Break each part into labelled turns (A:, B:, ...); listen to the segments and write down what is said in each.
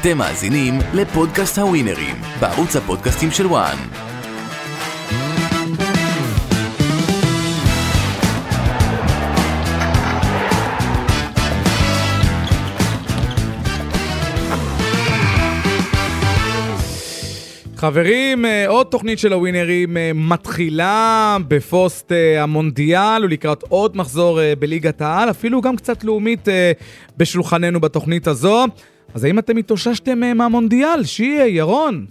A: אתם מאזינים לפודקאסט הווינרים, בערוץ הפודקאסטים של וואן.
B: חברים, אה, עוד תוכנית של הווינרים אה, מתחילה בפוסט אה, המונדיאל ולקראת עוד מחזור אה, בליגת העל, אפילו גם קצת לאומית אה, בשולחננו בתוכנית הזו. אז האם אתם התאוששתם אה, מהמונדיאל? שיהיה, ירון.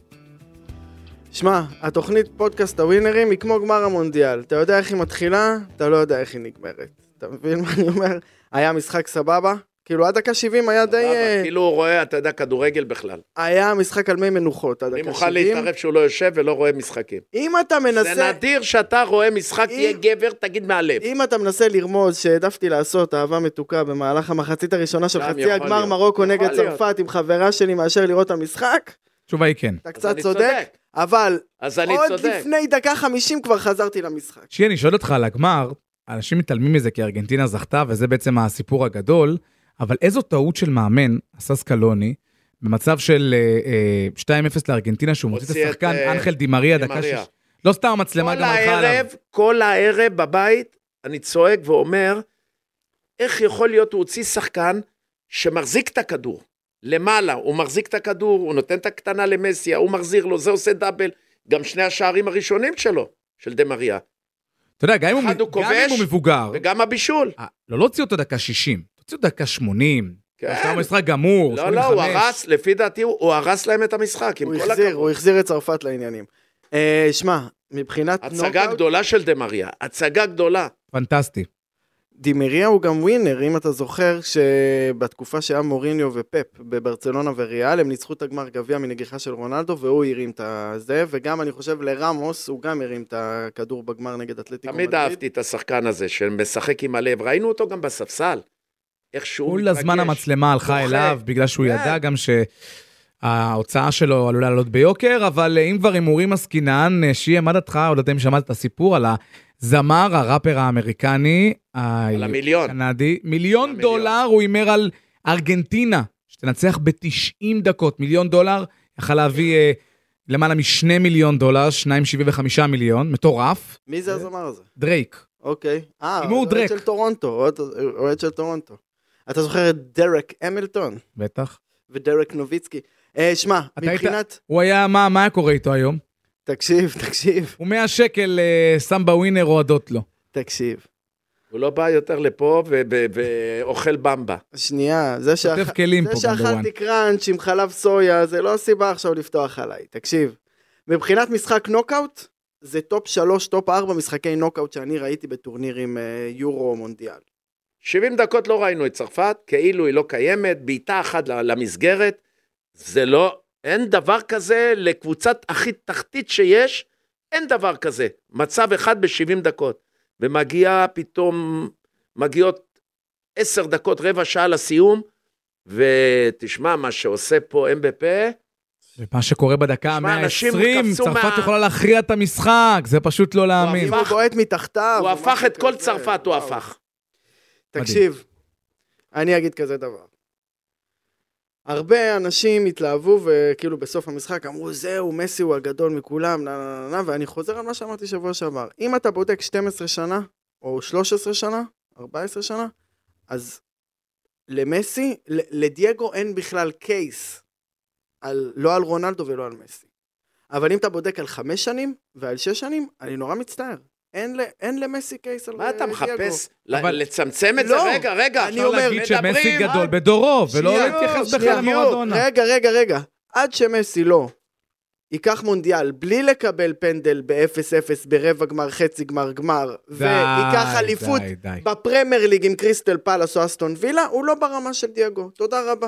C: שמע, התוכנית פודקאסט הווינרים היא כמו גמר המונדיאל. אתה יודע איך היא מתחילה, אתה לא יודע איך היא נגמרת. אתה מבין מה אני אומר? היה משחק סבבה? כאילו עד דקה 70 היה די... אה,
D: אבל כאילו הוא רואה, אתה יודע, כדורגל בכלל.
C: היה משחק על מי מנוחות עד
D: אני
C: דקה
D: מוכן
C: 70.
D: להתערב שהוא לא יושב ולא רואה משחקים.
C: אם אתה
D: זה
C: מנסה...
D: נדיר שאתה רואה משחק,
C: אם-
D: תהיה גבר, תגיד מהלב.
C: אם אתה מנסה לרמוז שהעדפתי לעשות אהבה מתוקה במהלך המחצית הראשונה של
D: גם
C: חצי
D: יכול
C: הגמר
D: להיות.
C: מרוקו
D: יכול
C: נגד
D: להיות.
C: צרפת עם חברה שלי מאשר לראות את המשחק,
B: התשובה היא כן.
C: אתה
D: אז
C: קצת
D: אני
C: צודק, אבל
D: אז אני
C: עוד
D: צודק.
C: לפני דקה 50 כבר חזרתי למשחק.
B: שיהיה, אני שואל אותך על הגמר, אנשים מתעלמים מזה כי ארגנטינה זכתה וזה בעצם הסיפור הגדול, אבל איזו טעות של מאמן עשה סקלוני במצב של אה, אה, 2-0 לארגנטינה, שהוא מוציא את
D: הוציא את,
B: השחקן
D: אה,
B: אנחל דימריה, דקה
D: דימריה.
B: שש... לא סתם המצלמה
D: כל
B: גם הלכה עליו.
D: הערב, כל הערב בבית, אני צועק ואומר, איך יכול להיות, הוא הוציא שחקן שמחזיק את הכדור. למעלה, הוא מחזיק את הכדור, הוא נותן את הקטנה למסי, הוא מחזיר לו, זה עושה דאבל. גם שני השערים הראשונים שלו, של דה מריה.
B: אתה יודע, גם אם הוא-
D: אחד הוא
B: גם אם
D: כובש,
B: הוא מבוגר,
D: וגם הבישול.
B: אה, לא להוציא אותו דקה 60, תוציאו דקה 80.
D: כן.
B: כן. משחק גמור,
D: לא, לא, הוא
B: 85.
D: הרס, לפי דעתי הוא הוא הרס להם את המשחק, עם
C: הוא
D: כל
C: החזיר, הוא
D: הכבוד.
C: החזיר את צרפת לעניינים. אה, שמע, מבחינת
D: הצגה
C: נוקאוט,
D: גדולה של דה מריה, הצגה גדולה.
B: פנטסטי.
C: דימריה הוא גם ווינר, אם אתה זוכר שבתקופה שהיה מוריניו ופפ בברצלונה וריאל, הם ניצחו את הגמר גביע מנגיחה של רונלדו, והוא הרים את הזה, וגם אני חושב לרמוס, הוא גם הרים את הכדור בגמר נגד אתלטיקו
D: תמיד
C: מדריד.
D: אהבתי את השחקן הזה, שמשחק עם הלב, ראינו אותו גם בספסל. איך שהוא
B: כל
D: מתרגש.
B: הזמן המצלמה הלכה
D: דוחה.
B: אליו, בגלל שהוא
D: כן.
B: ידע גם שההוצאה שלו עלולה לעלות ביוקר, אבל אה, אם כבר הימורים עסקינן, אה, שיהיה, מה דעתך, עוד אתם שמעת את הסיפור על הזמר, הראפר האמריקני, אה,
D: על המיליון.
B: הקנדי, מיליון
D: המיליון.
B: דולר הוא הימר על ארגנטינה, שתנצח ב-90 דקות, מיליון דולר, יכל להביא אה, למעלה משני מיליון דולר, 2.75 מיליון, מטורף,
C: מי
D: אה.
C: זה הזמר הזה?
B: דרייק.
C: אוקיי. אה,
B: הימור
C: אוהד
B: דרק.
C: של טורונטו, אוהד- אוהד של טורונטו. אתה זוכר את דרק המילטון
B: בטח.
C: ודרק נוביצקי. אה, שמע,
B: אתה היית-
C: מבחינת...
B: הוא היה, מה, מה היה קורה איתו היום?
C: תקשיב, תקשיב,
B: הוא 100 שקל אה, שם בווינר רועדות לו.
C: תקשיב.
D: הוא לא בא יותר לפה ו- ו- ואוכל במבה.
C: שנייה, זה שאכ-
B: כותב כלים
C: זה
B: פה גם בוואן.
C: שאכלתי קראנץ' עם חלב סויה, זה לא הסיבה עכשיו לפתוח עליי. תקשיב, מבחינת משחק נוקאוט, זה טופ 3, טופ 4 משחקי נוקאוט שאני ראיתי בטורנירים אה, יורו או מונדיאל.
D: 70 דקות לא ראינו את צרפת, כאילו היא לא קיימת, בעיטה אחת ל- למסגרת. זה לא, אין דבר כזה לקבוצת הכי תחתית שיש, אין דבר כזה. מצב אחד ב-70 דקות, ומגיע פתאום, מגיעות 10 דקות, רבע שעה לסיום, ותשמע, מה שעושה פה אמבפה,
B: ומה שקורה בדקה
D: שמע, אנשים
B: ה-120,
D: קפצו
B: צרפת
D: מה-
B: יכולה להכריע את המשחק, זה פשט לא להאמין.
C: אם הוא
D: הפך-
C: בועט מתחתיו...
D: הוא
C: או
D: הפך
C: משהו
D: את כל
C: כזה,
D: צרפת, הוא
C: וואו. אה,
D: הפך.
C: תקשיב, אני אגיד כזה דבר. הרבה אנשים התלהבו וכאילו בסוף המשחק אמרו זהו מסי הוא הגדול מכולם נה נה נה נה ואני חוזר על מה שאמרתי שבוע שעבר אם אתה בודק 12 שנה או 13 שנה 14 שנה אז למסי ל- לדייגו אין בכלל קייס על, לא על רונלדו ולא על מסי אבל אם אתה בודק על חמש שנים ועל שש שנים אני נורא מצטער אין, ל- אין למסי קייס על
D: מה אתה
C: אה,
D: מחפש?
B: אבל-
D: ל- לצמצם את זה?
C: לא,
D: רגע, רגע.
C: אני
B: אפשר
C: אומר,
B: להגיד שמסי
D: מדברים,
B: גדול
D: אה?
B: בדורו, ולא
C: שנייה,
B: להתייחס
C: שנייה,
B: בכלל למורדונה.
C: רגע, רגע, רגע. עד שמסי לא ייקח מונדיאל בלי לקבל פנדל ב-0-0 ברבע גמר, חצי גמר, גמר,
B: די,
C: וייקח
B: די,
C: אליפות
B: די.
C: בפרמייר ליג עם קריסטל פלאס או אסטון וילה, הוא לא ברמה של דיאגו. תודה רבה.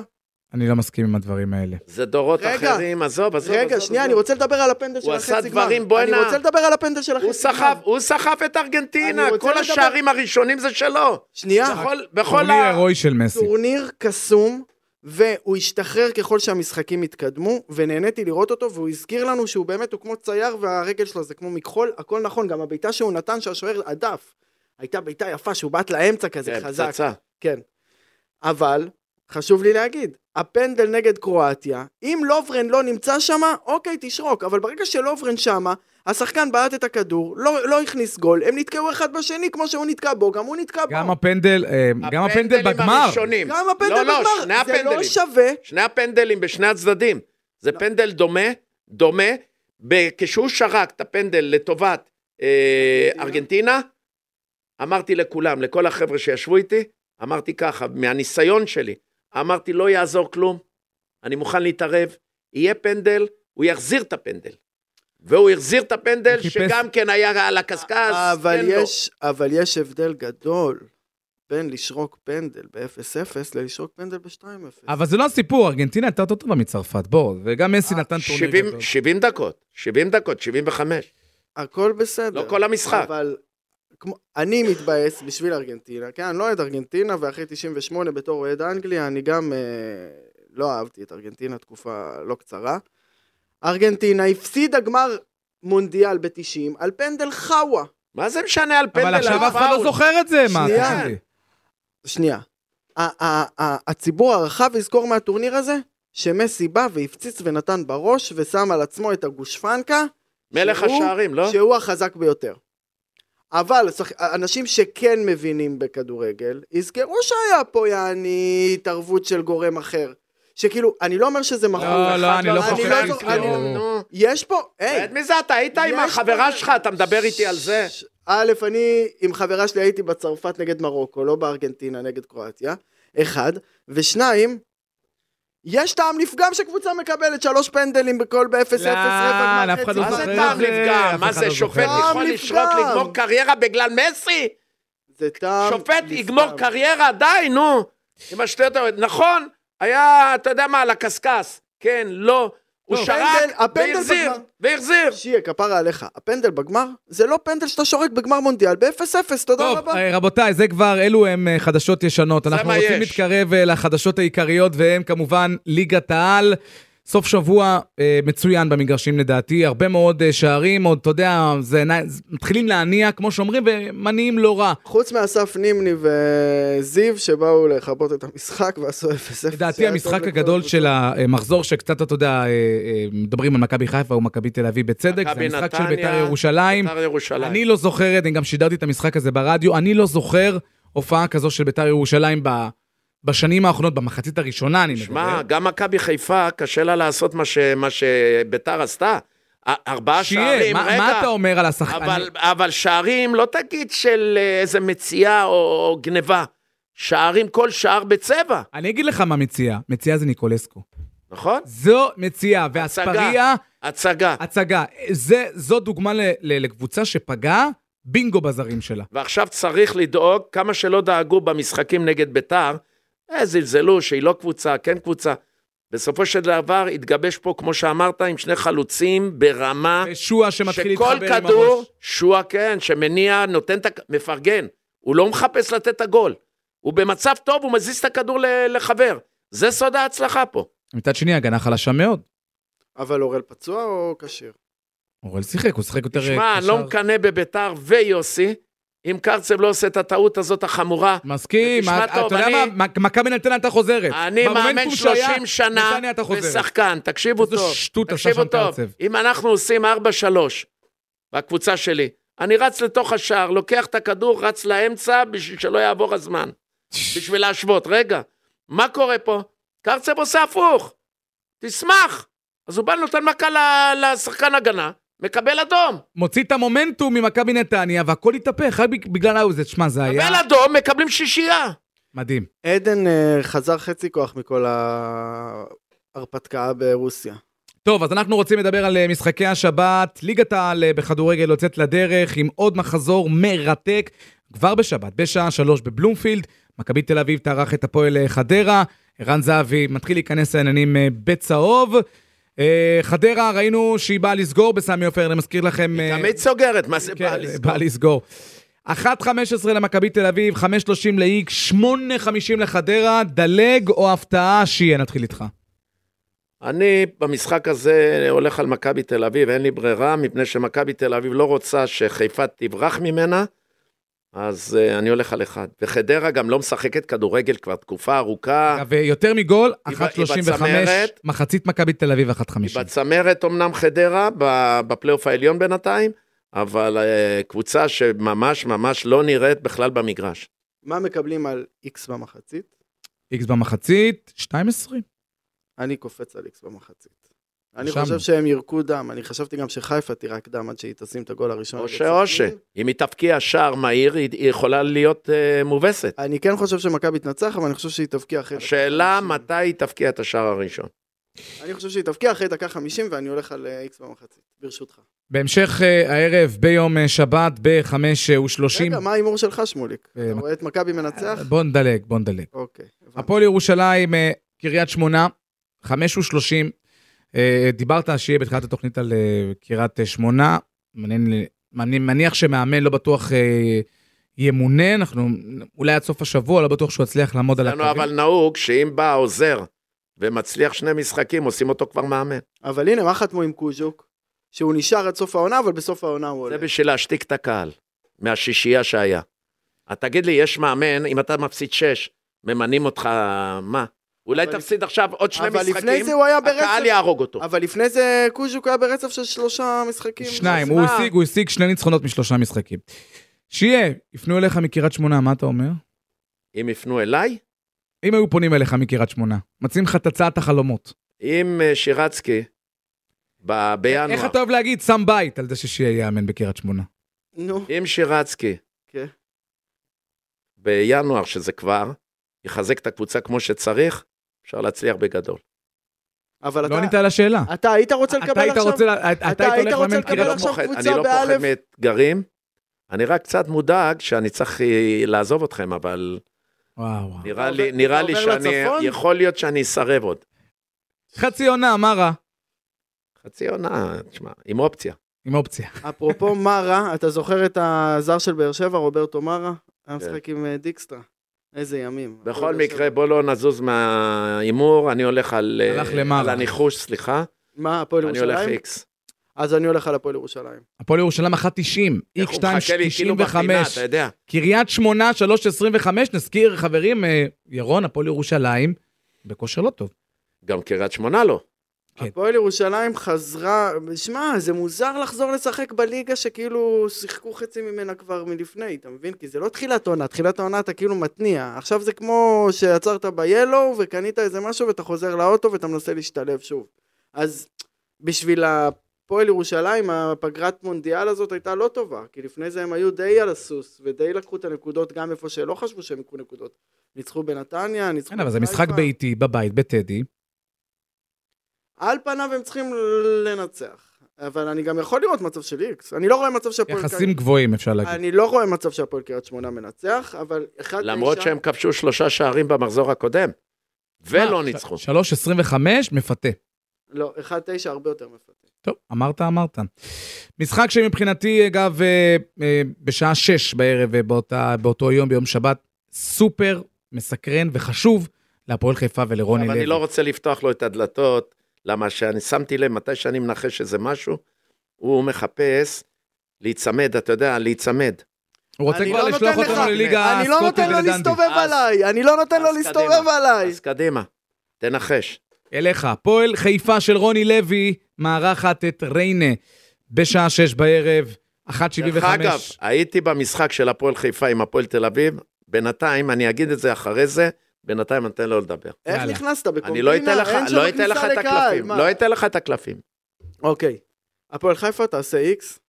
B: אני לא מסכים עם הדברים האלה.
D: זה דורות
C: רגע,
D: אחרים, עזוב, עזוב.
C: רגע,
D: עזוב,
C: שנייה,
D: עזוב.
C: אני רוצה לדבר על הפנדל של
D: הוא עשה
C: החצי גמר.
D: דברים, בואנה.
C: אני רוצה לדבר על הפנדל של החצי גמר.
D: הוא סחב, הוא סחב את ארגנטינה,
C: אני רוצה
D: כל
C: לדבר-
D: השערים הראשונים זה שלו.
C: שנייה.
D: בכל, בכל
B: טורניר
D: ה...
B: הירואי של מסי.
C: טורניר קסום, והוא השתחרר ככל שהמשחקים התקדמו, ונהניתי לראות אותו, והוא הזכיר לנו שהוא באמת, הוא כמו צייר, והרגל שלו זה כמו מכחול, הכל נכון, גם הבעיטה שהוא נתן שהשוער הדף, הייתה בעיטה יפה, שהוא בעט לאמצע כזה
D: כן,
C: חזק.
D: פצצה.
C: כן. אבל, חשוב לי להגיד, הפנדל נגד קרואטיה, אם לוברן לא נמצא שם, אוקיי, תשרוק, אבל ברגע שלוברן שמה, השחקן בעט את הכדור, לא, לא הכניס גול, הם נתקעו אחד בשני כמו שהוא נתקע בו, גם הוא נתקע בו.
B: גם הפנדל, אה, גם הפנדל
D: לא- הפנדלים
B: בגמר.
D: הראשונים.
C: גם הפנדל
D: לא, לא,
C: בגמר,
D: שני
C: זה לא
D: הפנדלים.
C: שווה.
D: שני הפנדלים בשני הצדדים. זה
C: לא.
D: פנדל דומה, דומה. ב- כשהוא שרק את הפנדל לטובת אה, ארגנטינה, אמרתי לכולם, לכל החבר'ה שישבו איתי, אמרתי ככה, מהניסיון שלי, אמרתי, לא יעזור כלום, אני מוכן להתערב, יהיה פנדל, הוא יחזיר את הפנדל. והוא החזיר את הפנדל,
B: הוא חיפש-
D: שגם כן היה על הקשקש,
C: אה, אבל
D: תן לו.
C: יש, אבל יש הבדל גדול בין לשרוק פנדל ב-0-0 ללשרוק פנדל ב-2-0.
B: אבל זה לא הסיפור, ארגנטינה הייתה יותר טובה מצרפת, בוא, וגם מסי
D: אה,
B: נתן טורניר
D: 70
B: גדול.
D: 70 דקות, 70 דקות, 75.
C: הכל בסדר.
D: לא כל המשחק.
C: אבל כמו, אני מתבאס בשביל ארגנטינה, כן? אני לא אוהד ארגנטינה, ואחרי 98 בתור אוהד אנגליה, אני גם אה, לא אהבתי את ארגנטינה תקופה לא קצרה. ארגנטינה הפסידה גמר מונדיאל ב-90 על פנדל חאווה.
D: מה זה משנה על פנדל?
B: אבל עכשיו
D: על
B: אף אחד לא
D: פאול?
B: זוכר את זה, מה,
C: שנייה.
B: תגיד לי.
C: שנייה. ה- ה- ה- הציבור הרחב יזכור מהטורניר הזה שמסי בא והפציץ ונתן בראש ושם על עצמו את הגושפנקה
D: מלך
C: שהוא-
D: השערים, לא?
C: שהוא החזק ביותר. אבל שח- אנשים שכן מבינים בכדורגל, יזכרו שהיה פה יעני התערבות של גורם אחר. שכאילו, אני לא אומר שזה מחוז.
B: לא,
D: אחד
B: לא, אני לא
D: זוכר
C: חושב
D: כלום.
C: שזה- אני-
D: נו.
C: יש פה, היי.
D: את מי זה אתה? היית עם
C: יש
D: החברה
C: פה-
D: שלך, אתה מדבר איתי על זה?
C: ש- א', אני עם חברה שלי הייתי בצרפת נגד מרוקו, לא בארגנטינה נגד קרואטיה. אחד. ושניים, יש טעם לפגם שקבוצה מקבלת שלוש פנדלים בכל ב-0-0
B: לא,
C: רבע גמר
B: אף אחד
C: חצי
B: לא
D: מה
C: גמר.
D: זה
B: זוכר.
D: טעם
B: זה, אף
D: לפגם?
B: אחד
D: מה
B: לא
D: זה, שופט
B: זוכר.
D: יכול
C: טעם
D: לשרוק
C: לפגם.
D: לגמור קריירה בגלל מסי?
C: זה טעם
D: שופט
C: לפגם.
D: יגמור קריירה, די, נו. עם השטויות האלה. נכון, היה, אתה יודע מה, על הקשקש. כן, לא. הוא
C: לא,
D: שרק
C: הפנדל- הפנדל
D: והחזיר,
C: בגמר.
D: והחזיר.
C: שיהיה כפרה עליך, הפנדל בגמר זה לא פנדל שאתה שורק בגמר מונדיאל ב-0-0, תודה
B: טוב,
C: רבה.
B: אה, רבותיי, זה כבר, אלו הם אה, חדשות ישנות.
D: זה
B: אנחנו
D: מה
B: רוצים
D: יש.
B: להתקרב אה, לחדשות העיקריות, והן כמובן ליגת העל. סוף שבוע אה, מצוין במגרשים לדעתי, הרבה מאוד אה, שערים, עוד, אתה יודע, זה, נע- זה- מתחילים להניע, כמו שאומרים, ומניעים לא רע.
C: חוץ מאסף נימני וזיו שבאו לכבות את המשחק ועשו 0-0.
B: לדעתי
C: שהיה טוב
B: המשחק
C: לכל
B: הגדול
C: הקבוצות.
B: של המחזור, שקצת, אתה יודע, אה, אה, מדברים על מכבי חיפה ומכבי תל אביב בצדק, זה
D: מכבי
B: המשחק של
D: נתניה,
B: בית"ר ירושלים.
D: בית"ר ירושלים.
B: אני לא זוכר, אני גם שידרתי את המשחק הזה ברדיו, אני לא זוכר הופעה כזו של בית"ר ירושלים ב- בשנים האחרונות, במחצית הראשונה, אני
D: שמע,
B: מדבר.
D: גם מכבי חיפה, קשה לה לעשות מה ש- מה שביתר עשתה. ה- ארבעה
B: שיהיה,
D: שערים,
B: מה-
D: רגע.
B: מה אתה אומר על השחקן?
D: אבל, אבל שערים, לא תגיד של אה, איזה מציאה או, או גניבה. שערים, כל שער בצבע,
B: אני אגיד לך מה מציאה, מציאה זה ניקולסקו.
D: נכון?
B: זו מציאה, ואספריה,
D: הצגה.
B: הצגה. זה- זו דוגמה ל- ל- לקבוצה שפגעה בינגו בזרים שלה.
D: ועכשיו צריך לדאוג, כמה שלא דאגו במשחקים נגד ביתר, אה, זלזלו שהיא לא קבוצה, כן קבוצה. בסופו של דבר התגבש פה, כמו שאמרת, עם שני חלוצים ברמה...
B: שועה שמתחיל להתחבר
D: שכל
B: עם הראש.
D: כדור, שועה כן, שמניע, נותן את הכ... מפרגן. הוא לא מחפש לתת את הגול. הוא במצב טוב, הוא מזיז את הכדור ל- לחבר. זה סוד ההצלחה פה.
B: מצד שני, הגנה חלשה מאוד.
C: אבל אורל פצוע או כשיר?
B: אורל שיחק, הוא שיחק יותר... אה,
D: תשמע, אני לא
B: קשר.
D: מקנא בביתר ויוסי, אם קרצב לא עושה את הטעות הזאת החמורה.
B: מסכים,
D: תשמע
B: אתה
D: טוב,
B: יודע
D: אני-
B: מה? מק- מכבי נתניה הייתה חוזרת.
D: אני מאמן
B: במומנטום שהיה,
D: 30 שנה
B: נתניה הייתה חוזרת.
D: בשחקן, תקשיבו
B: איזה
D: טוב.
B: שטות עשה
D: תקשיבו
B: שם
D: טוב,
B: קרצב.
D: אם אנחנו עושים 4-3 בקבוצה שלי, אני רץ לתוך השער, לוקח את הכדור, רץ לאמצע בשביל שלא יעבור הזמן. בשביל להשוות. רגע, מה קורה פה? קרצב עושה הפוך. תשמח. אז הוא בא נותן מכה ל- לשחקן הגנה, מקבל אדום.
B: מוציא את המומנטום ממכבי נתניה, והכל התהפך, רק בג- בגלל האוזן. שמע, זה היה
D: מקבל אדום, מקבלים שישייה.
B: מדהים.
C: עדן אה, חזר חצי כוח מכל ההרפתקה ברוסיה.
B: טוב, אז אנחנו רוצים לדבר על אה, משחקי השבת. ליגת העל אה, בכדורגל יוצאת לדרך עם עוד מחזור מרתק. כבר בשבת, בשעה שלוש בבלומפילד, מכבי תל אביב תארח את הפועל אה, חדרה. ערן זהבי מתחיל להיכנס לעניינים אה, בצהוב. אה, חדרה, ראינו שהיא באה לסגור בסמי עופר, אני מזכיר לכם... אה,
D: תמיד סוגרת, מה זה בא
B: כן,
D: לסגור?
B: בא לסגור. 1.15 למכבי תל אביב, 5.30 לאיג, 8.50 לחדרה, דלג או הפתעה שיהיה, נתחיל איתך.
D: אני במשחק הזה הולך על מכבי תל אביב, אין לי ברירה, מפני שמכבי תל אביב לא רוצה שחיפה תברח ממנה, אז אה, אני הולך על אחד. וחדרה גם לא משחקת כדורגל כבר תקופה ארוכה.
B: ויותר מגול,
D: היא
B: 1.35,
D: בצמרת.
B: מחצית מכבי תל אביב, 1.50.
D: היא בצמרת אמנם חדרה, ב- בפלייאוף העליון בינתיים, אבל אה, קבוצה שממש ממש לא נראית בכלל במגרש.
C: מה מקבלים על איקס במחצית?
B: איקס במחצית, 2.20.
C: אני קופץ על איקס במחצית. אני
B: שם.
C: חושב שהם ירקו דם, אני חשבתי גם שחיפה תירק דם עד שהיא תשים את הגול הראשון. נגד
D: אושה אושה,
C: סכנין.
D: אם היא תבקיע שער מהיר, היא היא יכולה להיות אה, מובסת.
C: אני כן חושב שמכבי תנצח, אבל אני חושב שהיא תבקיע אחרי דקה
D: השאלה
C: 50.
D: מתי היא תבקיע את השער הראשון.
C: אני חושב שהיא תבקיע אחרי דקה 50, ואני הולך על אה, איקס במחצית, ברשותך.
B: בהמשך אה, הערב, ביום אה, שבת, אה, ב-5.30.
C: רגע, מה ההימור שלך, שמוליק?
B: אה,
C: אתה רואה את מכבי מנצח?
B: בוא נדלג, בוא נדלג.
C: אוקיי. הבנתי.
B: הפועל ירושלים, אה, קריית שמונה, 5 ו-30. אה, דיברת שיהיה בתחילת התוכנית על אה, קריית אה, שמונה. מעניין- אני מניח שמאמן לא בטוח אה, ימונה, אנחנו אולי עד סוף השבוע, לא בטוח שהוא יצליח לעמוד על
D: לנו
B: הקווים.
D: אבל נהוג שאם בא העוזר ומצליח שני משחקים, עושים אותו כבר מאמן.
C: אבל הנה, מה חתמו עם קוז'וק? שהוא נשאר עד סוף העונה, אבל בסוף העונה הוא
D: זה
C: עולה.
D: בשביל להשתיק את הקהל מהשישייה שהיה. אז תגיד לי, יש מאמן, אם אתה מפסיד שש, ממנים אותך, מה? אולי
C: אבל-
D: תפסיד עכשיו עוד שני
C: אבל לפני
D: משחקים,
C: זה הוא היה
D: הקהל
C: ברצף.
D: יהרוג אותו.
C: אבל לפני זה קוז'וק היה ברצף של שלושה משחקים.
B: שניים,
C: אז
B: הוא
C: מה?
B: השיג, הוא השיג שני ניצחונות משלושה משחקים. שיהיה, יפנו אליך מקריית שמונה, מה אתה אומר?
D: אם יפנו אליי,
B: אם היו פונים אליך מקריית שמונה, מציעים לך את הצעת החלומות.
D: אם אה, שירצקי, ב-
B: איך
D: בינואר,
B: אתה אוהב להגיד שם בית על זה ששיהיה יאמן בקריית שמונה?
C: נו,
D: אם שירצקי,
C: כן.
D: בינואר, שזה כבר, יחזק את הקבוצה כמו שצריך, אפשר להצליח בגדול.
C: אבל
B: לא
C: אתה-
B: ענית על השאלה.
C: אתה היית רוצה
B: אתה
C: לקבל
B: היית
C: עכשיו?
B: רוצה, לה-
C: אתה
B: אתה היית
C: היית
B: הולך
C: רוצה
B: לאמן
C: לקבל
D: אני לא
B: קריית
C: עכשיו
D: פוחד, אני
C: קבוצה
D: לא פוחד
C: באלף?
D: מאתגרים, אני רק קצת מודאג שאני צריך אה, לעזוב אתכם, אבל
B: וואו. וואו.
D: נראה
C: עובר-
D: לי, נראה
C: אתה
D: לי
C: עובר
D: שאני,
C: לצפון?
D: יכול להיות שאני אסרב עוד.
B: חצי עונה, מה רע?
D: חצי עונה, תשמע, עם אופציה.
B: עם אופציה.
C: אפרופו מרה, אתה זוכר את הזר של באר שבע, רוברטו מרה? היה
D: כן.
C: משחק עם אה, דיקסטרה. איזה ימים.
D: בכל
C: הפועל באר
D: מקרה,
C: שבע.
D: בוא לא נזוז מההימור, אני הולך על אה,
B: הלך למעלה.
D: על הניחוש, סליחה,
C: מה, הפועל
D: אני הולך
C: ירושלים?
D: איקס.
C: אז אני הולך על הפועל ירושלים.
B: הפועל ירושלים 1.90,
D: איך
B: איקס
D: הוא מחכה לי, כאילו בפינה, אתה
B: 2.95,
D: יודע.
B: קריית שמונה 3.25, נזכיר חברים, אה, ירון, הפועל ירושלים, בכושר לא טוב.
D: גם קריית שמונה לא.
B: כן.
C: הפועל ירושלים חזרה, שמע, זה מוזר לחזור לשחק בליגה שכאילו שיחקו חצי ממנה כבר מלפני, אתה מבין? כי זה לא תחילת עונה, תחילת העונה אתה כאילו מתניע. עכשיו זה כמו שיצרת ב-Yellow וקנית איזה משהו ואתה חוזר לאוטו ואתה מנסה להשתלב שוב. אז בשביל הפועל ירושלים, הפגרת מונדיאל הזאת הייתה לא טובה, כי לפני זה הם היו די על הסוס, ודי לקחו את הנקודות גם איפה שלא חשבו שהם יקחו נקודות. ניצחו בנתניה, ניצחו...
B: כן, אבל זה משחק
C: בחיפה.
B: ביתי, בבית, בטדי.
C: על פניו הם צריכים לנצח. אבל אני גם יכול לראות מצב של איקס. אני לא רואה מצב שהפועל...
B: יחסים גבוהים, אפשר להגיד.
C: אני לא רואה מצב שהפועל קריית שמונה מנצח, אבל אחד
D: למרות
C: תשע-
D: שהם כבשו שלושה שערים במחזור הקודם,
B: אה,
D: ולא ניצחו.
B: 3.25, מפתה.
C: לא, אחד תשע הרבה יותר מפתה.
B: טוב, אמרת, אמרת. משחק שמבחינתי, אגב, אה, אה, בשעה שש בערב, אה, באותה, באותו יום, ביום שבת, סופר מסקרן וחשוב להפועל חיפה ולרוני
D: אבל
B: לוי.
D: אני לא רוצה לפתוח לו את הדלתות, למה שאני שמתי לב, מתי שאני מנחש שזה משהו, הוא מחפש להיצמד, אתה יודע, להיצמד.
B: הוא רוצה
C: אני
B: כבר
C: לא
B: לשלוח
C: נותן
B: אותנו
C: לך.
B: לליגה הסקוטית
C: אני לא נותן לו
B: ולדנדי.
C: להסתובב
D: אז-
C: עליי! אני לא נותן לו
D: אז
C: להסתובב
D: קדימה,
C: עליי!
D: אז קדימה, תנחש.
B: אליך. הפועל חיפה של רוני לוי מארחת את ריינה בשעה שש בערב, 1.75.
D: דרך אגב, הייתי במשחק של הפועל חיפה עם הפועל תל אביב, בינתיים, אני אגיד את זה אחרי זה, בינתיים אני אתן לו לדבר.
C: איך
B: יאללה.
C: נכנסת? בקומבינה?
D: אני לא אתן לך,
C: אין שם
D: לא אתן לך
C: כניסה
D: את
C: לקהל,
D: הקלפים,
C: מה?
D: לא אתן לך את הקלפים.
C: אוקיי. הפועל חיפה תעשה איקס,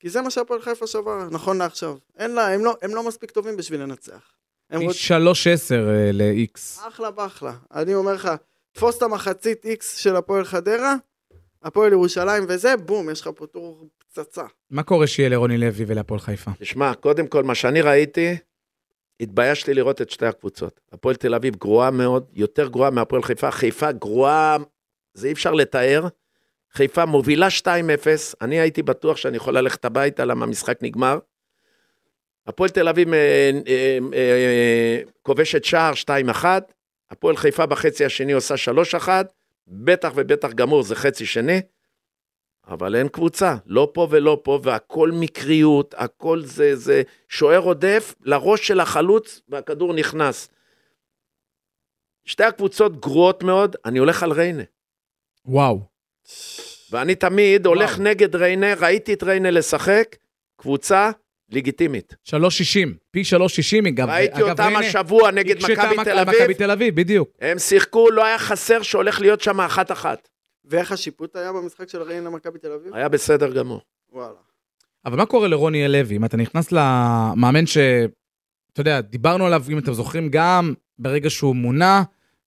C: כי זה מה שהפועל חיפה שווה, נכון לעכשיו. אין לה, הם לא- הם לא מספיק טובים בשביל לנצח. הם רוצים...
B: 3.10 אה, ל-X.
C: אחלה באחלה. אני אומר לך, תפוס את המחצית איקס של הפועל חדרה, הפועל ירושלים וזה, בום, יש לך פה טור פצצה.
B: מה קורה שיהיה לרוני לוי ולהפועל חיפה?
D: תשמע, קודם כל, מה שאני ראיתי, התביישתי לראות את שתי הקבוצות. הפועל תל אביב גרועה מאוד, יותר גרועה מהפועל חיפה. חיפה גרועה, זה אי אפשר לתאר. חיפה מובילה 2-0, אני הייתי בטוח שאני יכול ללכת הביתה, למה המשחק נגמר. הפועל תל אביב אה, אה, אה, כובשת שער 2-1, הפועל חיפה בחצי השני עושה 3-1, בטח ובטח גמור, זה חצי שני. אבל אין קבוצה, לא פה ולא פה, והכל מקריות, הכל זה, זה שוער עודף לראש של החלוץ, והכדור נכנס. שתי הקבוצות גרועות מאוד, אני הולך על ריינה.
B: וואו.
D: ואני תמיד הולך נגד ריינה, ראיתי את ריינה לשחק, קבוצה לגיטימית.
B: 3.60, פי 3.60 היא גם.
D: ראיתי
B: אגב,
D: אותם
B: ריינה
D: השבוע נגד
B: הקשתה
D: מכבי
B: מק-
D: תל
B: מכבי
D: אביב,
B: תל אביב, בדיוק.
D: הם שיחקו, לא היה חסר שהולך להיות שם אחת-אחת.
C: ואיך השיפוט היה במשחק של ריינה מכבי תל אביב?
D: היה בסדר גמור.
C: וואלה.
B: אבל מה קורה לרוני אלוי? אם אתה נכנס למאמן ש... אתה יודע, דיברנו עליו, אם אתם זוכרים, גם ברגע שהוא מונה,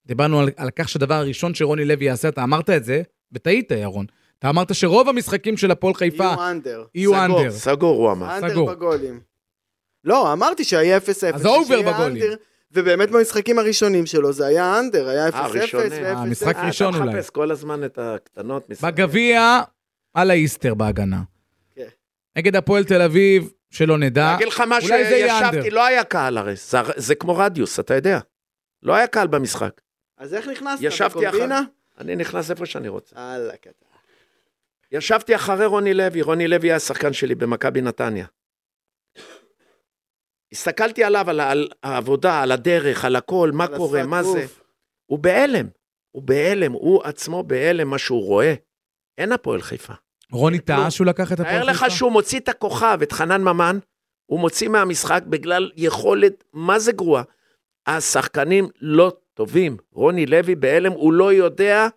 B: דיברנו על, על כך שהדבר הראשון שרוני לוי יעשה, אתה אמרת את זה, וטעית, ירון. אתה אמרת שרוב המשחקים של הפועל חיפה
C: יהיו אנדר.
B: יהיו
D: סגור,
B: אנדר.
D: סגור, הוא אמר.
C: אנדר
B: סגור.
C: בגולים. לא, אמרתי שהיה 0-0.
B: אז אובר
C: שיהיה
B: בגולים.
C: אנדר, ובאמת במשחקים הראשונים שלו זה היה אנדר, היה 0-0
D: אה, הראשונים.
C: ו-0-0.
B: המשחק-
D: אה,
B: ראשון
D: אתה
B: אולי.
D: מחפש כל הזמן את הקטנות. מסתכל.
B: בגביע, על האיסטר בהגנה.
C: כן.
B: נגד הפועל תל אביב, שלא
D: אני
B: נדע.
D: אגיד לך מה
B: אולי זה יהיה
D: שישבתי,
B: אנדר.
D: לא היה קהל הרי, זה- זה כמו רדיוס, אתה יודע. לא היה קהל במשחק.
C: אז איך נכנסת?
D: ישבתי
C: בקומבינה?
D: אני נכנס איפה שאני רוצה.
C: יאללה, קטן.
D: ישבתי אחרי רוני לוי, רוני לוי היה השחקן שלי במכבי נתניה. הסתכלתי עליו, על, ה- על העבודה, על הדרך, על הכל, מה
C: על
D: קורה,
C: השפת
D: מה זה.
C: גוף.
D: הוא בהלם, הוא בהלם, הוא עצמו בהלם, מה שהוא רואה. אין הפועל חיפה.
B: רוני טעה
D: כלום.
B: שהוא לקח את
D: תאר
B: הפועל
D: לך
B: חיפה?
D: שהוא מוציא את הכוכב, את חנן ממן, הוא מוציא מהמשחק בגלל יכולת, מה זה גרוע? השחקנים לא טובים. רוני לוי בהלם, הוא לא יודע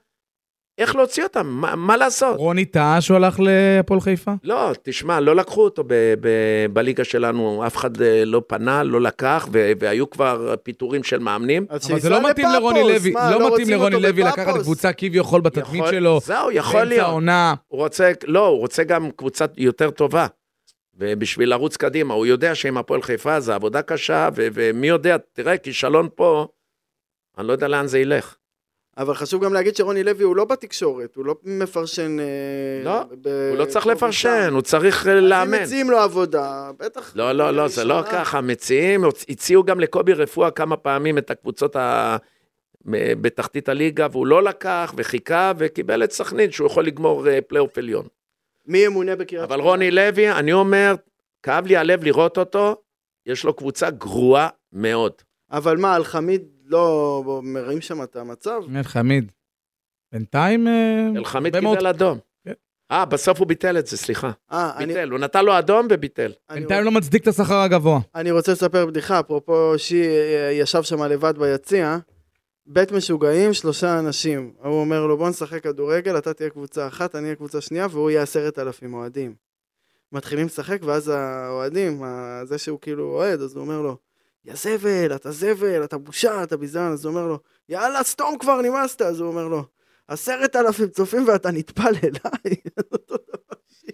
D: איך להוציא אותם, מה, מה לעשות?
B: רוני טעה שהוא הלך להפועל חיפה?
D: לא, תשמע, לא לקחו אותו ב- ב- בליגה שלנו, אף אחד אה, לא פנה, לא לקח, ו- והיו כבר פיטורים של מאמנים.
C: אז
B: אבל זה
C: שייסע
B: לא מתאים
C: לפאפוס,
B: לרוני לוי,
C: מה,
B: לא מתאים
C: רוצים
B: לרוני
C: אותו
B: לוי לקחת
C: בפאפוס?
B: קבוצה כביכול בתדמית
D: יכול-
B: שלו,
D: זהו, יכול
B: באמצע
D: להיות.
B: העונה.
D: הוא רוצה, לא, הוא רוצה גם קבוצה יותר טובה. ובשביל לרוץ קדימה, הוא יודע שעם הפועל חיפה זה עבודה קשה, ו- ומי יודע, תראה, כישלון פה, אני לא יודע לאן זה ילך.
C: אבל חשוב גם להגיד שרוני לוי הוא לא בתקשורת, הוא לא מפרשן... אה,
D: לא,
C: ב-
D: הוא לא צריך
C: פה
D: לפרשן,
C: ושם.
D: הוא צריך אה,
C: אז אם
D: לאמן.
C: מציעים אה. לו עבודה, בטח.
D: לא, לא, לא, זה לא
C: ראשונה.
D: ככה, מציעים, הוצ- הציעו גם לקובי רפואה כמה פעמים את הקבוצות ה... מ- בתחתית הליגה, והוא לא לקח, וחיכה, וקיבל את סכנין, שהוא יכול לגמור אה, פלייאוף עליון.
C: מי ימונה בקריית
D: אבל רוני לוי, אני אומר, כאב לי הלב לראות אותו, יש לו קבוצה גרועה מאוד.
C: אבל מה, על חמיד לא בוא, מראים שם את המצב?
B: באמת, חמיד. בינתיים... אה,
D: אלחמיד
B: הרבה מאוד-
D: קיבל אדום.
B: כן.
D: אה, בסוף הוא ביטל את זה, סליחה.
C: אה, אני,
D: ביטל, הוא נתן לו אדום וביטל.
C: אני,
B: בינתיים
C: רוצ-
B: לא מצדיק את השכר הגבוה.
C: אני רוצה לספר בדיחה, אפרופו שישב שם לבד ביציע, בית משוגעים, שלושה אנשים. הוא אומר לו, בוא נשחק כדורגל, אתה תהיה קבוצה אחת, אני אהיה קבוצה שנייה, והוא יהיה עשרת אלפים אוהדים. מתחילים לשחק, ואז האוהדים, ה- זה שהוא כאילו אוהד, אז הוא אומר לו, יא זבל, אתה זבל, אתה בושה, אתה ביזיון, אז הוא אומר לו, יאללה, סתום כבר, נמאסת, אז הוא אומר לו, עשרת אלפים צופים ואתה נטפל אליי.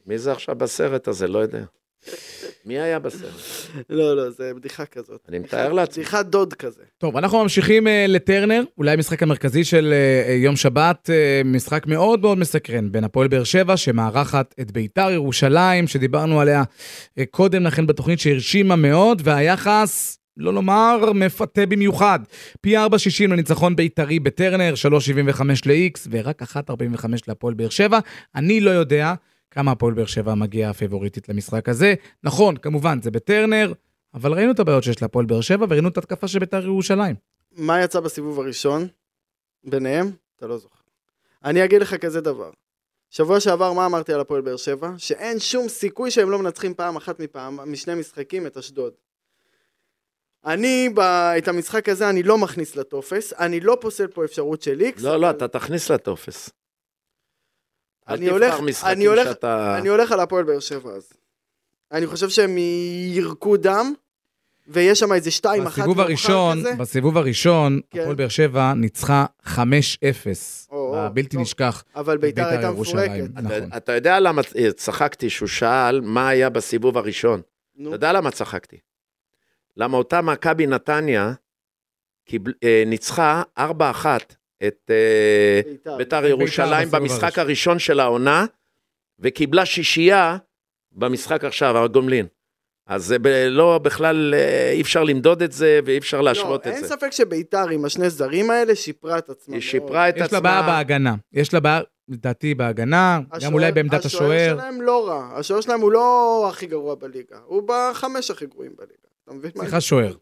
D: מי זה עכשיו בסרט הזה? לא יודע. מי היה בסרט?
C: לא, לא, זה בדיחה כזאת.
D: אני מתאר לעצמי.
C: בדיחת דוד כזה.
B: טוב, אנחנו ממשיכים אה, לטרנר, אולי המשחק המרכזי של אה, אה, יום שבת, אה, משחק מאוד מאוד מסקרן בין הפועל באר שבע, שמארחת את ביתר ירושלים, שדיברנו עליה אה, קודם לכן בתוכנית שהרשימה מאוד, והיחס, לא לומר, מפתה במיוחד. פי 4.60 לניצחון בית"רי בטרנר, 3.75 ל-X, ורק 1.45 להפועל באר שבע. אני לא יודע כמה הפועל באר שבע מגיעה הפייבוריטית למשחק הזה. נכון, כמובן, זה בטרנר. אבל ראינו את הבעיות שיש להפועל באר שבע, וראינו את התקפה של בית"ר ירושלים.
C: מה יצא בסיבוב הראשון ביניהם? אתה לא זוכר. אני אגיד לך כזה דבר. שבוע שעבר מה אמרתי על הפועל באר שבע? שאין שום סיכוי שהם לא מנצחים פעם אחת מפעם, משני משחקים את אשדוד. אני, ב... את המשחק הזה אני לא מכניס לטופס, אני לא פוסל פה אפשרות של איקס.
D: לא, לא, אתה תכניס לטופס. אל
C: אני הולך-
D: תבחר
C: אני
D: משחקים
C: הולך-
D: שאתה...
C: אני הולך על הפועל באר שבע אז. אני חושב שהם ירקו דם, ויש שם איזה 2-1
B: בסיבוב
C: אה, מאוחר
B: הראשון,
C: כזה.
B: בסיבוב הראשון,
C: כן.
B: הפועל באר שבע ניצחה 5-0.
C: או, או,
B: בלתי
C: טוב.
B: נשכח.
C: אבל ביתר
B: בית"ר
C: הייתה
B: ירושלים.
C: מפורקת.
B: נכון.
D: אתה- אתה יודע למה... אה, צחקתי שהוא שאל מה היה בסיבוב הראשון.
C: נו,
D: אתה יודע למה צחקתי? למה אותה מכבי נתניה קיבל- אה, ניצחה 4-1 את... אה,
C: ביתר.
D: ביתר ירושלים
B: בסיבוב
D: במשחק
B: הראשון.
D: הראשון של העונה, וקיבלה שישייה במשחק עכשיו, הגומלין. אז זה ב- לא, בכלל אה, אי אפשר למדוד את זה ואי אפשר להשוות
C: לא,
D: את
C: אין
D: זה.
C: ספק שביתר עם השני זרים האלה שיפרה את עצמה.
D: היא
C: מאוד.
D: שיפרה את
B: יש לה בעיה
D: עצמה.
B: בהגנה. יש לה בעיה, לדעתי, בהגנה, גם אולי בעמדת השוער.
C: השוער שלהם לא רע, השוער שלהם הוא לא הכי גרוע בליגה, הוא בחמש הכי גרועים בליגה. אתה מבין מה?
B: צריכה שוער.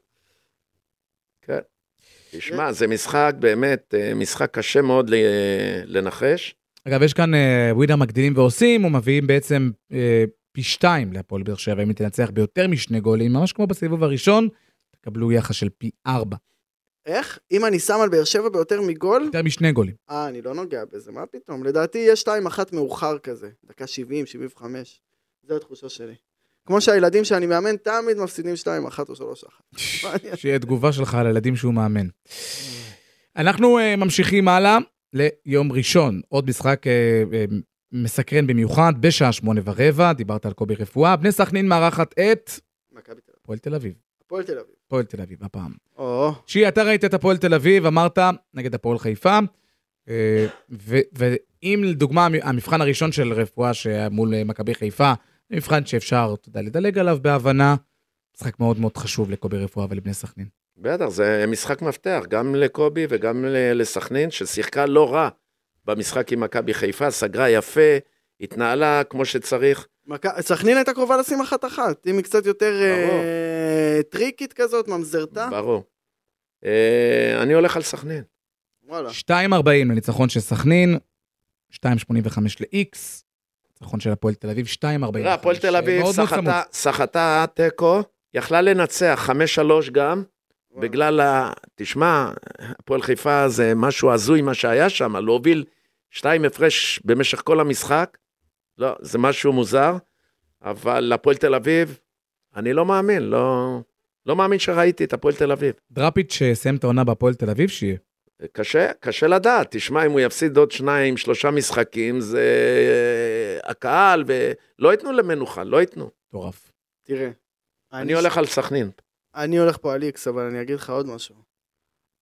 D: תשמע, זה משחק באמת, אה, משחק קשה מאוד ל- לנחש.
B: אגב, יש כאן אה, ווינר מקדימים ועושים, ומביאים בעצם אה, פי שתיים להפועל באר שבע, אם היא תנצח ביותר משני גולים, ממש כמו בסיבוב הראשון, תקבלו יחס של פי ארבע.
C: איך? אם אני שם על באר שבע ביותר מגול?
B: יותר משני גולים.
C: אה, אני לא נוגע בזה, מה פתאום? לדעתי יש 2-1 מאוחר כזה, דקה 70, 75. זו התחושה שלי. כמו שהילדים שאני מאמן תמיד מפסידים 2-1 או 3-1. מעניין.
B: שיהיה תגובה שלך על הילדים שהוא מאמן. אנחנו אה, ממשיכים הלאה ליום ראשון, עוד משחק אה, אה, מסקרן במיוחד, בשעה שמונה ורבע, דיברת על קובי רפואה, בני סכנין מארחת את
C: מכבי תל אביב.
B: הפועל תל אביב.
C: הפועל תל אביב.
B: הפועל תל אביב הפעם.
C: או,
B: שיהיה, אתה ראית את הפועל תל אביב, אמרת, נגד הפועל חיפה, אה, ו- ואם לדוגמה המ- המבחן הראשון של רפואה שהיה מול אה, מכבי חיפה, מבחן שאפשר, אתה יודע, לדלג עליו בהבנה, משחק מאוד מאוד חשוב לקובי רפואה ולבני סכנין.
D: בטח, זה משחק מפתח, גם לקובי וגם ל- לסכנין, ששיחקה לא רע במשחק עם מכבי חיפה, סגרה יפה, התנהלה כמו שצריך.
C: מכ- סכנין הייתה קרובה לשים אחת אחת, אם היא קצת יותר
D: ברור.
C: אה, טריקית כזאת, ממזרתה.
D: ברור. אה, אני הולך על סכנין.
C: וואלה.
B: 2.40 לניצחון של סכנין, 2.85 ל-X, ניצחון של הפועל תל אביב, 2.45.
D: תראה, הפועל תל אביב
B: מאוד מאוד
D: סחטה-
B: צמוד.
D: סחטה תיקו, יכלה לנצח 5-3 גם,
C: וואלה.
D: בגלל ה... תשמע, הפועל חיפה זה משהו הזוי מה שהיה שם, להוביל שתיים הפרש במשך כל המשחק, לא, זה משהו מוזר, אבל הפועל תל אביב, אני לא מאמין, לא, לא מאמין שראיתי את הפועל תל אביב.
B: דראפיץ' שסיים את העונה בהפועל תל אביב, שיהיה.
D: קשה, קשה לדעת, תשמע, אם הוא יפסיד עוד שניים, שלושה משחקים, זה אה, הקהל, ולא ייתנו למנוחה, לא ייתנו.
B: מטורף.
C: תראה.
D: אני הולך על סכנין.
C: אני הולך פה על איקס, אבל אני אגיד לך עוד משהו.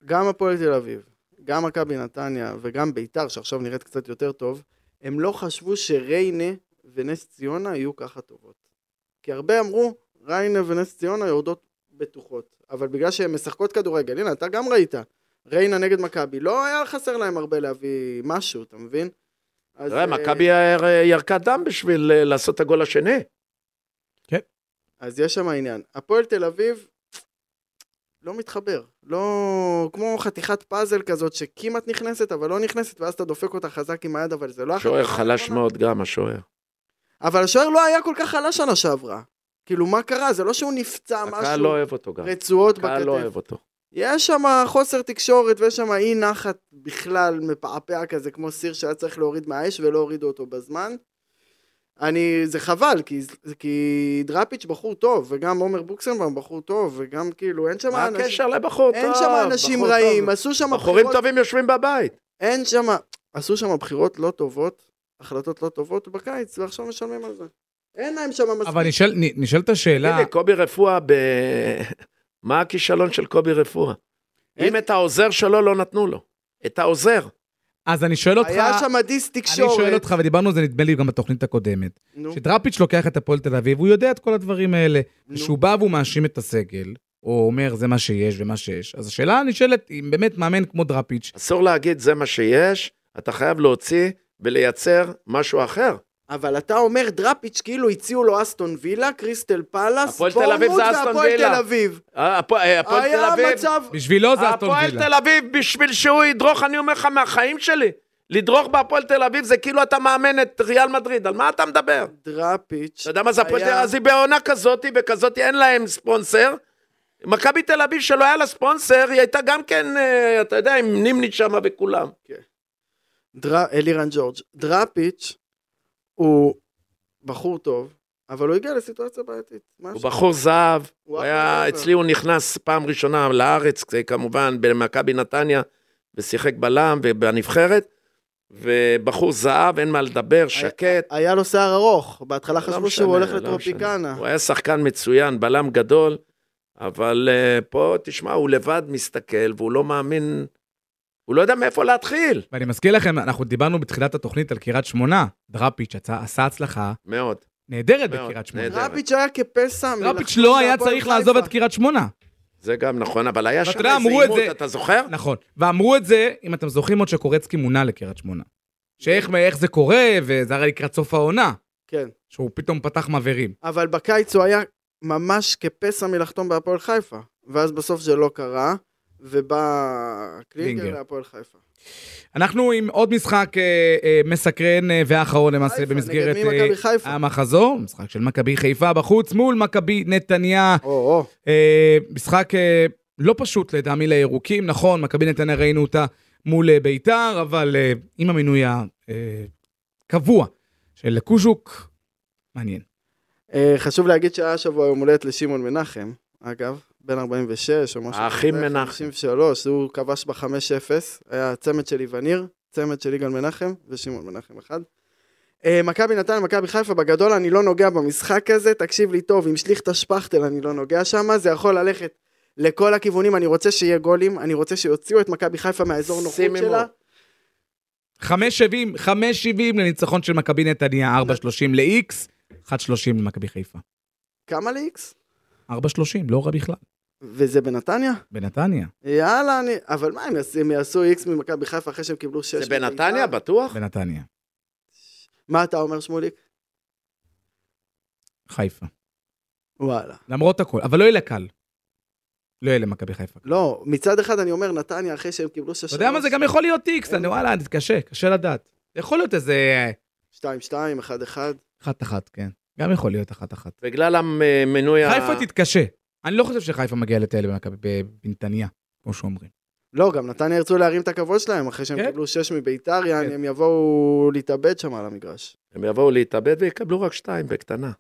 C: גם הפועל תל אביב, גם מכבי נתניה וגם ביתר, שעכשיו נראית קצת יותר טוב, הם לא חשבו שריינה ונס ציונה יהיו ככה טובות. כי הרבה אמרו, ריינה ונס ציונה יורדות בטוחות. אבל בגלל שהן משחקות כדורגל, הנה, אתה גם ראית. ריינה נגד מכבי, לא היה חסר להם הרבה להביא משהו, אתה מבין? אז,
D: תראה,
C: אה,
D: מכבי ירקה דם בשביל אה, לעשות את הגול השני.
C: אז יש שם עניין. הפועל תל אביב לא מתחבר. לא... כמו חתיכת פאזל כזאת שכמעט נכנסת, אבל לא נכנסת, ואז אתה דופק אותה חזק עם היד, אבל זה לא...
D: שוער
C: החתיכה
D: חלש
C: הנכונה.
D: מאוד גם, השוער.
C: אבל השוער לא היה כל כך חלש שנה שעברה. כאילו, מה קרה? זה לא שהוא נפצע
D: הקהל
C: משהו,
D: לא אוהב אותו גם.
C: רצועות
D: הקהל לא
C: בכתף.
D: אוהב אותו.
C: יש שם חוסר תקשורת ויש שם אי נחת בכלל מפעפע כזה, כמו סיר שהיה צריך להוריד מהאש ולא הורידו אותו בזמן. אני, זה חבל, כי, כי דראפיץ' בחור טוב, וגם עומר בוקסנבאום בחור טוב, וגם כאילו, אין שם
D: מה
C: אנשים,
D: הקשר לבחור טוב?
C: אין שם אנשים
D: בחור טוב.
C: רעים, עשו שם
D: בחורים
C: בחירות,
D: טובים יושבים בבית.
C: אין שם, עשו שם בחירות לא טובות, החלטות לא טובות בקיץ, ועכשיו משלמים על זה. אין להם שם מספיק.
B: אבל נשאל- נ- נשאלת השאלה,
D: הנה, קובי רפואה ב... מה הכישלון של קובי רפואה?
C: אין-
D: אם את העוזר שלו לא נתנו לו. את העוזר.
B: אז אני שואל אותך,
C: היה שם דיס
B: אני
C: תקשורת.
B: שואל אותך, ודיברנו על זה נדמה לי גם בתוכנית הקודמת,
C: נו,
B: כשדראפיץ' לוקח את הפועל תל אביב, הוא יודע את כל הדברים האלה.
C: נו.
B: כשהוא בא והוא מאשים את הסגל, או אומר זה מה שיש ומה שיש, אז השאלה הנשאלת, אם באמת מאמן כמו דראפיץ',
D: אסור להגיד זה מה שיש, אתה חייב להוציא ולייצר משהו אחר.
C: אבל אתה אומר דראפיץ' כאילו הציעו לו אסטון וילה, קריסטל פאלאס,
D: הפועל תל אביב זה
C: בורנמוט
D: אסטון
C: והפועל
D: וילה.
C: תל אביב.
D: אה, הפוע- אה, הפועל תל
C: היה
D: אביב, אה,
C: מצב...
B: בשבילו זה אסטון
D: הפועל
B: וילה.
D: תל אביב, בשביל שהוא ידרוך, אני אומר לך, מהחיים שלי. לדרוך בהפועל תל אביב זה כאילו אתה מאמן את ריאל מדריד, על מה אתה מדבר?
C: דראפיץ'
D: אתה יודע מה זה הפועל תל אביב?
C: היה-
D: אז היא בעונה כזאת, בכזאת אין להם ספונסר. מכבי תל אביב שלא היה לה ספונסר, היא הייתה גם כן, אה, אתה יודע, עם נימני שמה וכולם.
C: דרא... אלירן ג'ורג'. דראפיץ' הוא בחור טוב, אבל הוא הגיע לסיטואציה בעייתית.
D: הוא בחור זהב,
C: הוא
D: הוא
C: אחלה
D: היה,
C: גבר.
D: אצלי הוא נכנס פעם ראשונה לארץ, כמובן, במכבי נתניה, ושיחק בלם ובנבחרת, ובחור זהב, אין מה לדבר, שקט.
C: היה לו שיער ארוך, בהתחלה
D: לא
C: אה, חשבו
D: משנה,
C: שהוא הולך
D: לא משנה.
C: לטרופיקנה.
D: הוא היה שחקן מצוין, בלם גדול, אבל אה, פה, תשמע, הוא לבד מסתכל והוא לא מאמין, הוא לא יודע מאיפה להתחיל.
B: ואני מזכיר לכם, אנחנו דיברנו בתחילת התוכנית על קריית שמונה, דראפיץ' עשה- עשה הצלחה,
D: מאוד.
B: נהדרת
D: מאוד,
B: בקריית שמונה.
D: נהדרת.
C: רביץ' היה כפסע.
B: רביץ'
C: מלחשוב
B: לא היה
C: שהפועל
B: צריך
C: חיפה.
B: לעזוב את קריית שמונה.
D: זה גם נכון, אבל היה
B: ואתה
D: שם
B: יודע,
D: איזה
B: אמרו את
D: עימות,
B: זה-
D: אתה זוכר?
B: נכון. ואמרו את זה, אם אתם זוכרים עוד שקורצקי מונה לקריית שמונה. שאיך איך זה קורה, וזה הרי לקראת סוף העונה,
C: כן.
B: שהוא פתאום פתח מבערים.
C: אבל בקיץ הוא היה ממש כפסע מלחתום בהפועל חיפה. ואז בסוף זה לא קרה, ובא קלינגר
B: קלינגר.
C: להפועל חיפה.
B: אנחנו עם עוד משחק אה, אה, מסקרן אה, ואחרון למעשה
C: חיפה,
B: במסגרת
C: נגד מי
B: אה,
C: מכבי חיפה?
B: המחזור, משחק של מכבי חיפה בחוץ מול מכבי נתניה.
C: או, או.
B: אה, משחק אה, לא פשוט לדעמי לירוקים, נכון, מכבי נתניה ראינו אותה מול אה, ביתר, אבל אה, עם המינוי אה, הקבוע של קוז'וק, מעניין.
C: אה, חשוב להגיד שהיה השבוע יום הולדת לשמעון מנחם, אגב, בן 46 או
B: אה,
C: משהו
D: האחים
C: כזה,
D: מנחם.
C: 53, הוא כבש ב-5-0, היה צמד של וניר, צמד של יגאל מנחם ושמעון מנחם אחד. אה, מכבי נתניה, מכבי חיפה, בגדול אני לא נוגע במשחק הזה, תקשיב לי טוב, עם שליכטה שפכטל אני לא נוגע שם, זה יכול ללכת לכל הכיוונים, אני רוצה שיהיה גולים, אני רוצה שיוציאו את מכבי חיפה מהאזור נוחות
D: שיממו.
C: שלה.
B: 5.70, 5.70 לניצחון של מכבי נתניה, 4.30 ל-X, 1.30 למכבי חיפה.
C: כמה ל-X?
B: 4.30, לא רע בכלל,
C: וזה בנתניה?
B: בנתניה.
C: יאללה, אני... אבל מה, הם יעשו- הם יעשו X ממכבי חיפה אחרי שהם קיבלו 6
D: זה בנתניה, בטוח?
B: בנתניה,
C: מה אתה אומר, שמוליק?
B: חיפה.
C: וואלה.
B: למרות הכל, אבל לא יהיה לה קל. לא יהיה למכבי חיפה.
C: לא, מצד אחד אני אומר, נתניה, אחרי שהם קיבלו שש...
B: אתה יודע מה זה גם יכול להיות X, אני וואלה, זה קשה, קשה לדעת. זה יכול להיות איזה אה,
C: שתיים, שתיים, אחד, אחד.
B: אחת-אחת, כן. גם יכול להיות אחת-אחת.
D: בגלל המינוי
C: אה,
D: ה...
B: חיפה תתקשה. אני לא חושב שחיפה מגיעה לטייל במכבי ב- בנתניה, כמו שאומרים.
C: לא, גם נתניה ירצו להרים את הכבוד שלהם, אחרי שהם
B: כן.
C: קיבלו שש מביתר, יעני,
B: כן.
C: הם יבואו להתאבד שם על המגרש.
D: הם יבואו להתאבד ויקבלו רק שתיים בקטנה.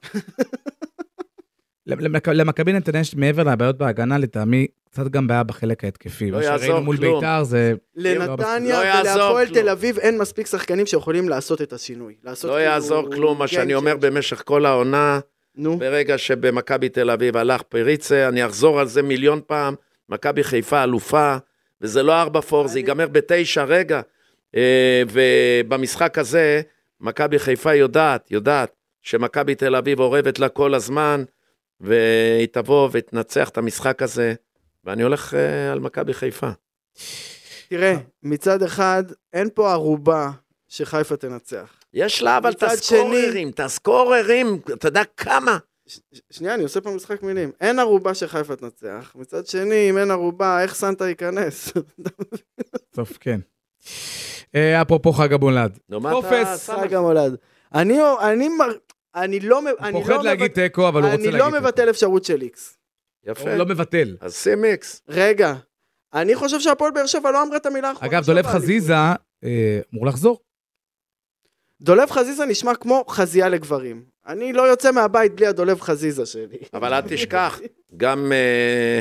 B: למכ- למכבי נתניה יש מעבר לבעיות בהגנה, לטעמי, קצת גם בעיה בחלק ההתקפי.
D: לא
B: מה
D: יעזור
B: שראינו מול
D: כלום.
B: ביתר זה...
C: לנתניה
D: לא יעזור
C: ולהפועל
D: כלום.
C: תל אביב אין מספיק שחקנים שיכולים לעשות את השינוי. לעשות
D: לא
C: כאילו-
D: יעזור כלום מה
C: game
D: שאני אומר
C: changer.
D: במשך כל העונה,
C: נו,
D: ברגע שבמכבי תל אביב הלך פריצה, אני אחזור על זה מיליון פעם, מכבי חיפה אלופה, וזה לא ארבע פור, זה
C: אני-
D: ייגמר בתשע, רגע. אה, ובמשחק הזה, מכבי חיפה יודעת, יודעת, שמכבי תל אביב אורבת לה כל הזמן, והיא תבוא ותנצח את המשחק הזה, ואני הולך אה, על מכבי חיפה.
C: תראה, מצד אחד, אין פה ערובה שחיפה תנצח.
D: יש לה אבל את
C: מצד
D: הסקוררים, את הסקוררים, אתה יודע כמה?
C: ש- ש- שנייה, אני עושה פה משחק מילים. אין ערובה שחיפה תנצח. מצד שני, אם אין ערובה, איך סנטה ייכנס?
B: טוב, כן. אה, אפרופו חג המולד.
D: נו, מה
B: טופס,
D: אתה...
C: חג
D: סלח.
C: אה, גם הולד. אני, אני, מר- אני לא, מ- אני
B: הוא
C: לא,
B: פוחד להגיד תיקו, אבל הוא רוצה
C: אני
B: להגיד...
C: לא מבטל אפשרות של איקס.
B: תיקו.
D: יפה.
B: הוא לא מבטל.
D: אז שים איקס.
C: רגע, אני חושב שהפועל באר שבע לא אמרה את המילה האחרונה.
B: אגב,
C: שלה
B: דולב
C: באליפות.
B: חזיזה אה, אמור לחזור.
C: דולב חזיזה נשמע כמו חזייה לגברים. אני לא יוצא מהבית בלי הדולב חזיזה שלי.
D: אבל אל תשכח, גם אה,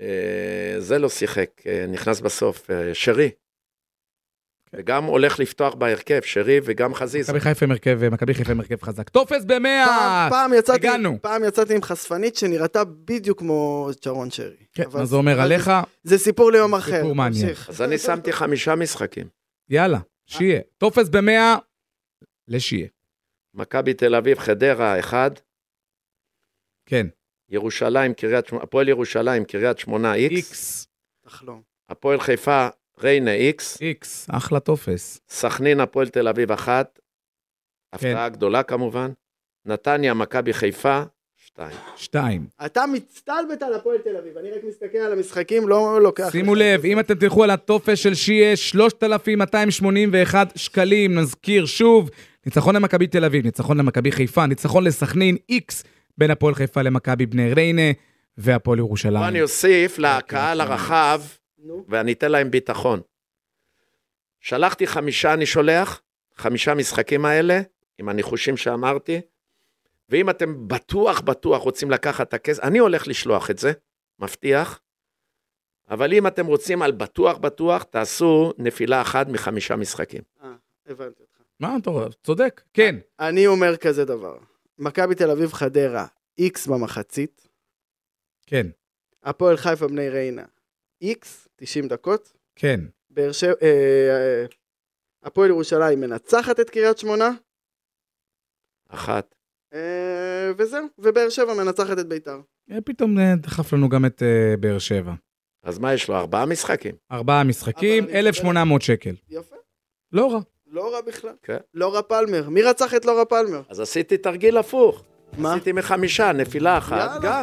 D: אה, זה לא שיחק, אה, נכנס בסוף, אה, שרי. וגם הולך לפתוח בהרכב, שרי וגם חזיזה.
B: כן. מכבי חיפה עם הרכב, אה, מכבי חיפה עם הרכב חזק. טופס במאה!
C: פעם, פעם, יצאתי,
B: אה, הגענו.
C: פעם יצאתי עם חשפנית שנראתה בדיוק כמו צ'רון שרי.
B: כן,
C: אבל-
B: מה זה אומר
C: אבל
B: עליך?
C: זה סיפור ליום
B: סיפור
C: אחר.
B: מעניין.
C: תמשיך.
D: אז אני שמתי חמישה משחקים.
B: יאללה, שיהיה. טופס במאה, לשיהיה.
D: מכבי תל אביב, חדרה, אחד.
B: כן.
D: ירושלים, קריית שמונה, הפועל ירושלים, קריית שמונה, איקס.
B: איקס.
C: תחלום.
D: הפועל חיפה, ריינה, איקס.
B: איקס, אחלה טופס.
D: סכנין, הפועל תל אביב אחת,
B: כן.
D: הפתעה גדולה כמובן, נתניה, מכבי חיפה, שתיים.
B: שתיים.
C: אתה מצטלבט על הפועל תל אביב, אני רק מסתכל על המשחקים, לא לוקח.
B: שימו
C: לך.
B: לב, אם אתם תלכו על הטופס של שיהיה, 3,281 שקלים, נזכיר שוב, ניצחון למכבי תל אביב, ניצחון למכבי חיפה, ניצחון לסכנין, איקס, בין הפועל חיפה למכבי בני ריינה, והפועל ירושלים.
D: פה אני אוסיף לקהל הרחב,
C: נו,
D: ואני אתן להם ביטחון. שלחתי חמישה, אני שולח, חמישה משחקים האלה, עם הניחושים שאמרתי, ואם אתם בטוח בטוח רוצים לקחת את הכסף, אני הולך לשלוח את זה, מבטיח, אבל אם אתם רוצים על בטוח בטוח, תעשו נפילה אחת מחמישה משחקים.
C: אה, הבנתי אותך.
B: מה אתה רואה? צודק, כן.
C: אני אומר כזה דבר, מכבי תל אביב חדרה, איקס במחצית,
B: כן,
C: הפועל חיפה בני ריינה, איקס, 90 דקות,
B: כן.
C: באר שבע, אה, אה, הפועל ירושלים מנצחת את קריית שמונה,
D: אחת.
C: אה, וזהו, ובאר שבע מנצחת את ביתר.
B: אה, פתאום אה, דחף לנו גם את אה, באר שבע.
D: אז מה יש לו? ארבעה משחקים.
B: ארבעה משחקים,
C: אבל אני
B: 1,800 שקל.
C: יפה,
B: לא רע.
C: לא רע בכלל.
D: כן.
C: לורה פלמר, מי רצח את לורה פלמר?
D: אז עשיתי תרגיל הפוך.
C: מה?
D: עשיתי מחמישה, נפילה אחת.
C: יאללה.
D: גם.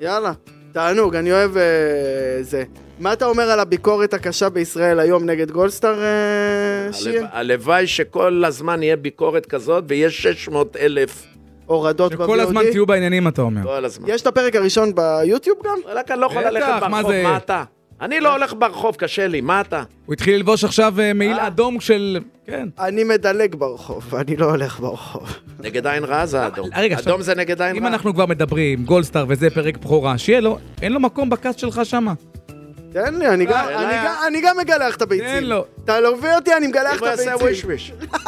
C: יאללה, תענוג, אני אוהב אה, זה. מה אתה אומר על הביקורת הקשה בישראל היום נגד גולדסטאר, אה, שיר?
D: הלו- הלוואי שכל הזמן יהיה ביקורת כזאת, ויהיה 600 אלף
C: הורדות ב-VOD?
B: שכל הזמן תהיו בעניינים, אתה אומר.
D: כל הזמן.
C: יש את הפרק הראשון ביוטיוב גם?
D: וואלכ, אני לא יכול
B: בטח,
D: ללכת
B: מה
D: ברחוב,
B: זה?
D: מה אתה? אני לא הולך ברחוב, קשה לי, מה אתה?
B: הוא התחיל ללבוש עכשיו אה, מעיל אדום של... כן.
C: אני מדלג ברחוב, אני לא הולך ברחוב.
D: נגד עין רעה זה אדום.
B: רגע, עכשיו-
D: אדום זה נגד עין
B: אם
D: רעה.
B: אנחנו כבר מדברים, גולדסטאר וזה פרק בכורה, שיהיה לו, אין לו מקום בקאסט שלך שמה.
C: תן לי, אני גם-
D: אין
C: אני
D: בעיה.
C: גם- אני גם מגלח את הביצים.
B: תן לו.
C: אתה לא מביא אותי, אני מגלח
D: אה. אם
C: את
D: הוא יעשה וויש
C: הביצים.
D: וויש.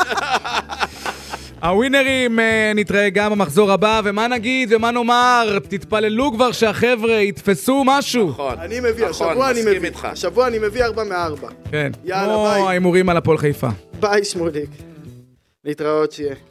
B: הווינרים, אה, נתראה גם במחזור הבא, ומה נגיד ומה נאמר? תתפללו כבר שהחבר'ה יתפסו משהו.
D: נכון.
C: אני מביא,
D: נכון,
C: השבוע אני
D: מסכים
C: מביא.
D: איתך.
C: השבוע אני מביא ארבע מארבע.
B: כן.
C: יאללה,
B: כמו
C: ביי.
B: ההימורים על הפועל חיפה.
C: ביי, שמוליק. להתראות שיהיה.